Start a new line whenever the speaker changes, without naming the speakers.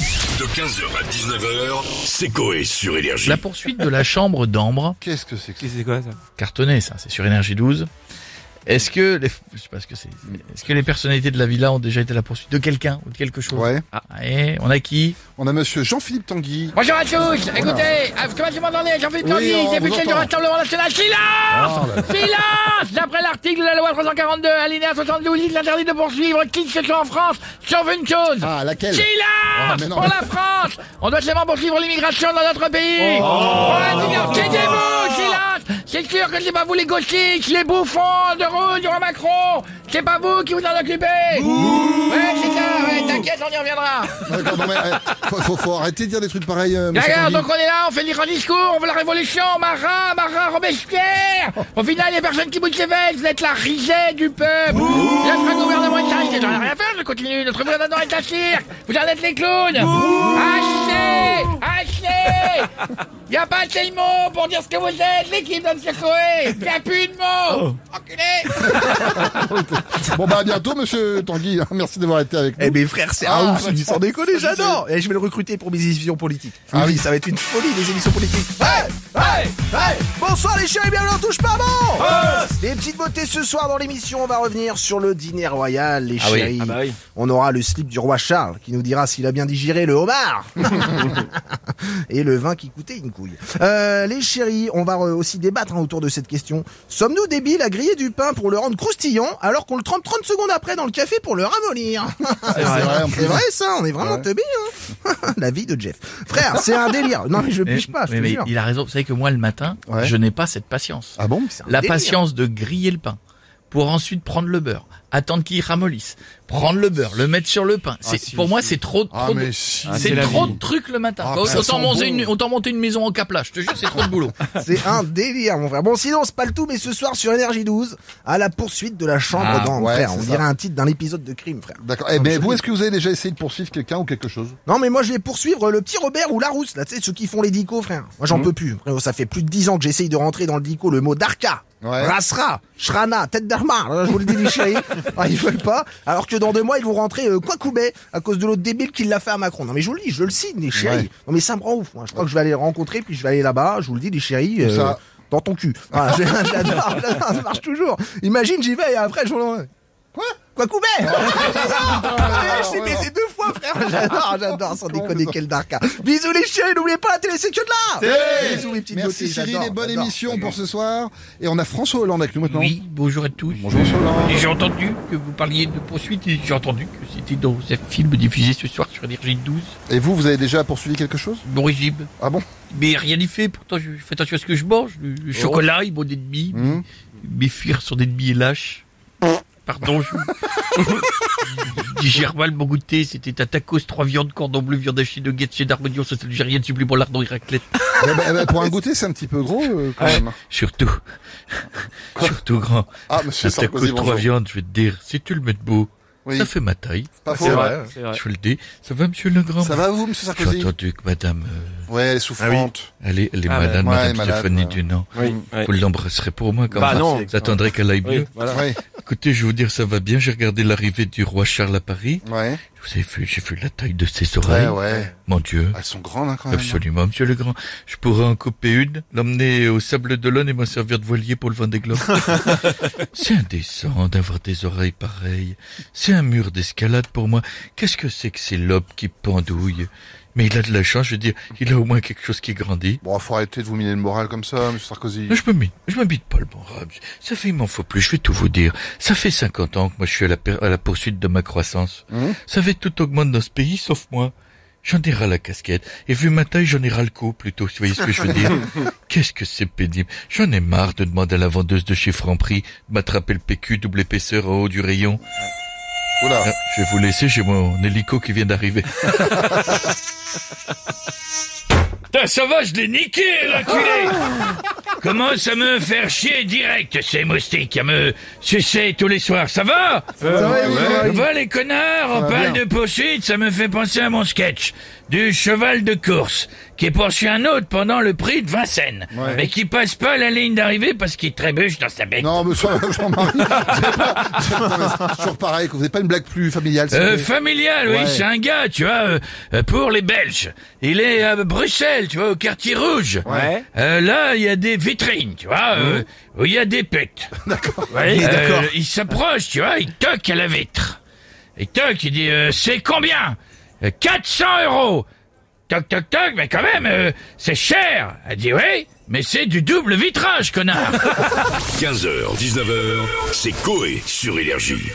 De 15h à 19h, c'est Coé sur Énergie.
La poursuite de la chambre d'ambre,
Qu'est-ce que c'est que ça
C'est quoi ça
cartonné ça, c'est sur Énergie 12. Est-ce que les, je sais pas ce que c'est. Est-ce que les personnalités de la villa ont déjà été à la poursuite de quelqu'un ou de quelque chose
Ouais.
Et on a qui
On a monsieur Jean-Philippe Tanguy.
Bonjour à tous, écoutez, euh, comment vous m'entendez Jean-Philippe
Oui,
Tanguy,
on vous
député du
entend.
Rassemblement National,
Ah,
silence Silence D'après l'article de la loi 342, alinéa 72, il est interdit de poursuivre qui que ce soit en France, sauf une chose
Ah, laquelle Ah,
Silence
mais non.
Pour la France On doit seulement poursuivre l'immigration dans notre pays
Oh.
Pour la dignité des vous silence C'est sûr que c'est pas vous les gauchistes, les bouffons de rouge du roi Macron C'est pas vous qui vous en occupez Ouais, c'est ça, ouais, t'inquiète, on y reviendra
D'accord, non, mais, euh, faut, faut- faut arrêter de dire des trucs pareils, euh, monsieur
Regarde, donc
Tanguy.
on est là, on fait des grands discours, on veut la révolution, Marat, Marat, Robespierre Au final, il y a personne qui bouge ses veilles, vous êtes la risée du peuple Il y a un gouvernement de charité, j'en ai rien à faire, je continue, notre gouvernement est un cirque Vous en êtes les clowns Hachez Hachez Il a pas assez de mots pour dire ce que vous êtes, l'équipe de M. Coé Il n'y a plus de mots Enculé
Bon, bah, à bientôt, monsieur Tanguy. Merci d'avoir été avec nous.
Eh ben frère, c'est
Ah,
un ouf,
bah,
sans déconner, j'adore. Et je vais le recruter pour mes émissions politiques. Ah oui, ça va être une folie les émissions politiques. Hey, hey, hey. Bonsoir les chéris, bienvenue, on touche pas bon. Des petites beautés ce soir dans l'émission, on va revenir sur le dîner royal les
oui.
chéris.
Ah bah oui.
On aura le slip du roi Charles qui nous dira s'il a bien digéré le homard. Et le vin qui coûtait une couille. Euh, les chéris, on va euh, aussi débattre hein, autour de cette question. Sommes-nous débiles à griller du pain pour le rendre croustillant alors qu'on le trempe 30 secondes après dans le café pour le ramollir
C'est vrai, en
C'est
plus.
vrai ça, on est vraiment
Ouais.
teubés, hein La vie de Jeff. Frère, c'est un délire. Non mais je
Mais-
piche pas, je
mais-
te
mais
jure.
il a raison. Vous savez que moi le matin,
Ouais.
je n'ai pas cette patience.
Ah bon
C'est un
la
délire.
patience de griller le pain pour ensuite prendre le beurre, attendre qu'il ramollisse, prendre le beurre, le mettre sur le pain.
Ah,
C'est
si,
pour moi
si.
c'est trop trop
Ah,
de-
mais si.
Ah,
c'est
c'est la
trop
vie.
de trucs le matin.
Ah, ça
autant,
sent
monter
bon.
une, autant monter une maison en cap là, je te jure, c'est trop de boulot.
C'est un délire, mon frère. Bon, sinon, c'est pas le tout, mais ce soir sur Énergie 12, à la poursuite de la chambre
Ah,
d'Anne,
ouais,
frère.
c'est
On
ça.
dirait un titre d'un épisode de crime, frère.
D'accord. Eh, mais vous, est-ce que vous avez déjà essayé de poursuivre quelqu'un ou quelque chose
Non, mais moi, je vais poursuivre le petit Robert ou la rousse, là, tu sais, ceux qui font les dicos, frère. Moi,
Mhm.
j'en peux plus. Frérot, ça fait plus de 10 ans que j'essaye de rentrer dans le dico le mot Darka.
Ouais.
Rasra, Shrana, tête d'armar, je vous le dis, les chéris. Ah, ils veulent pas. Alors que dans deux mois, ils vont rentrer euh, quoi coubet à cause de l'autre débile qui l'a fait à Macron. Non, mais je vous le dis, je le signe, les chéris.
Ouais.
Non, mais ça me rend ouf. Moi. Je crois que je vais aller le rencontrer, puis je vais aller là-bas. Je vous le dis, les chéris. euh,
Ça.
Dans ton cul. Voilà, je- j'adore, j'adore, ça marche toujours. Imagine, j'y vais et après, je vous Quoi Quoi
Ah,
coubet Ouais, je l'ai baisé deux fois, frère. J'adore, j'adore, sans déconner, quel darka. Bisous les chiens, n'oubliez pas la télé, c'est que de là. Bisous les petites
Merci
beautés,
Cyril
j'adore,
et bonne
j'adore.
émission pour ce soir. Et on a François Hollande avec nous maintenant.
Oui, bonjour à tous.
Bonjour Monsieur Hollande.
Et J'ai entendu que vous parliez de poursuite et j'ai entendu que c'était dans un film diffusé ce soir sur Énergie 12,
Et vous, vous avez déjà poursuivi quelque chose
bon régime.
Ah bon
Mais rien n'y fait, pourtant je fais attention à ce que je mange. Le, le chocolat est mon ennemi,
Oh. Hmm.
mes fuirs sont ennemis et lâches. Pardon, je... je digère mal mon goûter, c'était un tacos, trois viandes, cordon bleu, viande hachée, nuggets, cheddar, d'armonion, sauce algérienne, supplément lardon et raclette.
Eh ben, eh ben, Pour un goûter, c'est un petit peu gros euh, quand même.
Surtout, surtout grand,
Ah,
un
monsieur
tacos,
Sarkozy,
trois
bonjour.
viandes, je vais te dire, si tu le mets de beau,
Oui,
ça fait hein. ma taille.
pas faux.
C'est vrai, c'est vrai.
Je le dis. Ça va, monsieur Legrand
Ça va vous, monsieur
J'ai
Sarkozy
entendu que madame, euh,
Ouais, elle est souffrante.
elle est, elle est
Ah,
malade,
ouais,
madame
malade,
Stéphanie
ouais.
Dunant.
Oui.
Vous l'embrasserez pour moi, quand
Bah
même.
non.
Vous attendrez qu'elle aille mieux.
Oui, voilà.
Ouais,
Écoutez, je vais vous dire, ça va bien. J'ai regardé l'arrivée du roi Charles à Paris.
ouais,
Vous avez vu, j'ai vu la taille de ses oreilles.
ouais, ouais.
Mon Dieu.
Elles sont grandes hein, quand même.
Absolument, monsieur Legrand. Je pourrais en couper une, l'emmener au Sable d'Olonne et m'en servir de voilier pour le Vendée Globe. c'est indécent d'avoir des oreilles pareilles. C'est un mur d'escalade pour moi. Qu'est-ce que c'est que ces lobes qui pendouillent Mais il a de la chance, je veux dire, il a au moins quelque chose qui grandit.
Bon, faut arrêter de vous miner le moral comme ça, monsieur Sarkozy.
Je me mine, je m'habite pas le bon rab. Ça fait, il m'en faut plus, je vais tout vous dire. Ça fait 50 ans que moi je suis à la, per- à la poursuite de ma croissance.
Mhm.
Ça fait tout augmente dans ce pays, sauf moi. J'en ai ras la casquette. Et vu ma taille, j'en ai ras le cou, plutôt, si vous voyez ce que je veux dire. Qu'est-ce que c'est pénible. J'en ai marre de demander à la vendeuse de chez Franprix de m'attraper le PQ double épaisseur au haut du rayon.
Oula.
Ah, je vais vous laisser, j'ai mon hélico qui vient d'arriver. Putain, ça va, je l'ai niqué, l'enculé Commence à me faire chier direct, ces moustiques, à me sucer tous les soirs. Ça va
Ça va, Émilie
Ça
Valérie
va les connards On parle de poursuite, ça me fait penser à mon sketch du cheval de course qui poursuit un autre pendant le prix de Vincennes, mais qui passe pas la ligne d'arrivée parce qu'il trébuche dans sa bête.
Non, monsieur Jean-Marie, c'est pas- c'est pas- c'est toujours pareil, que vous n'avez pas une blague plus familiale. s'il
Euh,
vous plaît.
familial, oui,
Ouais.
c'est un gars, tu vois, euh, euh, pour les Belges. Il est à Bruxelles, tu vois, au quartier rouge.
Ouais.
Euh, là, il y a des vitrines, tu vois, euh, où il y a des putes.
Oui,
Euh,
d'accord.
il s'approche, tu vois, il toque à la vitre. Il toque, il dit, euh, c'est combien Euh, 400 euros. Toc, toc, toc, mais quand même, euh, c'est cher. Elle dit, oui, mais c'est du double vitrage, connard.
15h, 19h, c'est Coé sur Énergie.